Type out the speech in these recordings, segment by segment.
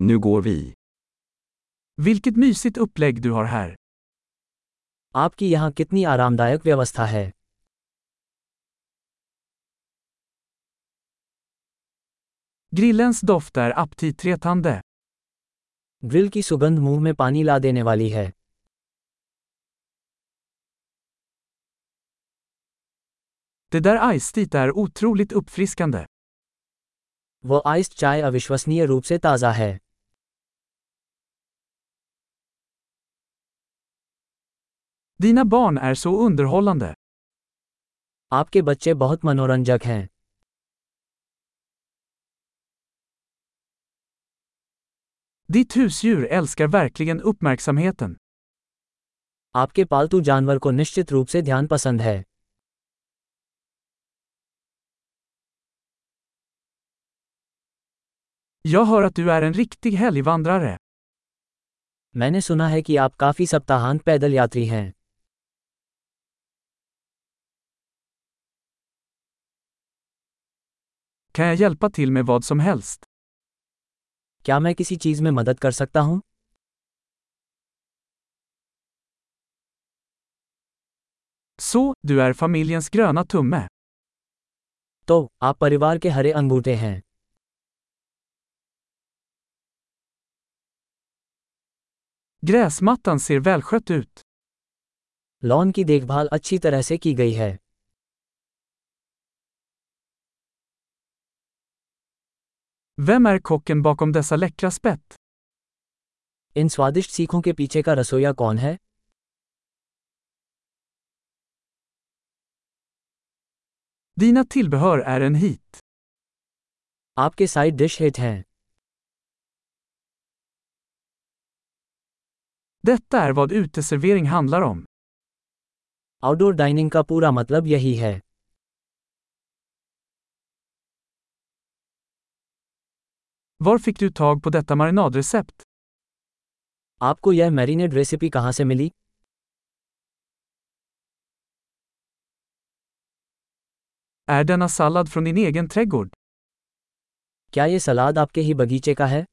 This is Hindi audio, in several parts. Nu går vi. Vilket mysigt upplägg du har här. आपकी यहाँ कितनी आरामदायक व्यवस्था है Grillens doft är aptitretande. Grill की सुगंध मुंह में पानी ला देने वाली है Det där iced är otroligt uppfriskande. वो आइस्ड चाय अविश्वसनीय रूप से ताज़ा है Dina barn är så underhållande. आपके बच्चे बहुत मनोरंजक हैं Ditt husdjur älskar verkligen uppmärksamheten. आपके पालतू जानवर को निश्चित रूप से ध्यान पसंद है Jag hör att du är en riktig helgvandrare. मैंने सुना है कि आप काफ़ी सप्ताहांत पैदल यात्री हैं Kan jag hjälpa till med vad som helst? क्या मैं किसी चीज़ में मदद कर सकता हूँ Så, du är familjens gröna tumme. तो आप परिवार के हरे अंगूठे हैं Gräsmattan ser välskött ut. Lawn की देखभाल अच्छी तरह से की गई है Vem är kocken bakom dessa läckra spett? इन स्वादिष्ट सीखों के पीछे का रसोईया कौन है Dina tillbehör är en hit. आपके साइड डिश हिट हैं Detta är vad uteservering handlar om. Outdoor dining का पूरा मतलब यही है Var fick du tag på detta marinadrecept? आपको यह मैरिनेड रेसिपी कहाँ से मिली Är denna sallad från din egen trädgård? क्या ये सलाद आपके ही बगीचे का है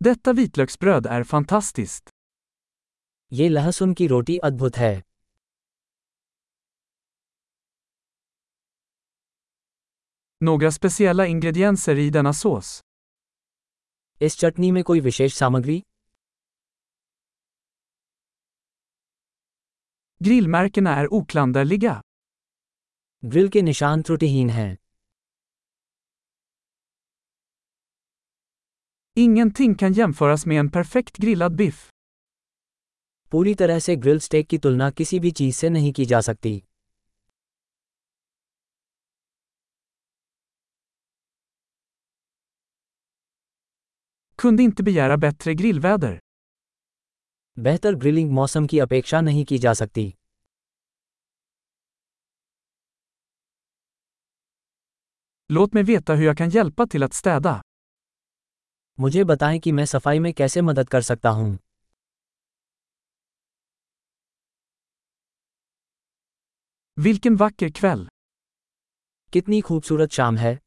Detta vitlöksbröd är fantastiskt. ये लहसुन की रोटी अद्भुत है Några speciella ingredienser i denna sås. इस चटनी में कोई विशेष सामग्री Grillmärkena är oklanderliga. ग्रिल के निशान त्रुटिहीन हैं Ingenting kan jämföras med en perfekt grillad biff. पूरी तरह से ग्रिल स्टेक की तुलना किसी भी चीज़ से नहीं की जा सकती Kunde inte begära bättre grillväder. बेहतर ग्रिलिंग मौसम की अपेक्षा नहीं की जा सकती Låt mig veta hur jag kan hjälpa till att städa. मुझे बताएं कि मैं सफाई में कैसे मदद कर सकता हूँ Vilken vacker kväll! कितनी खूबसूरत शाम है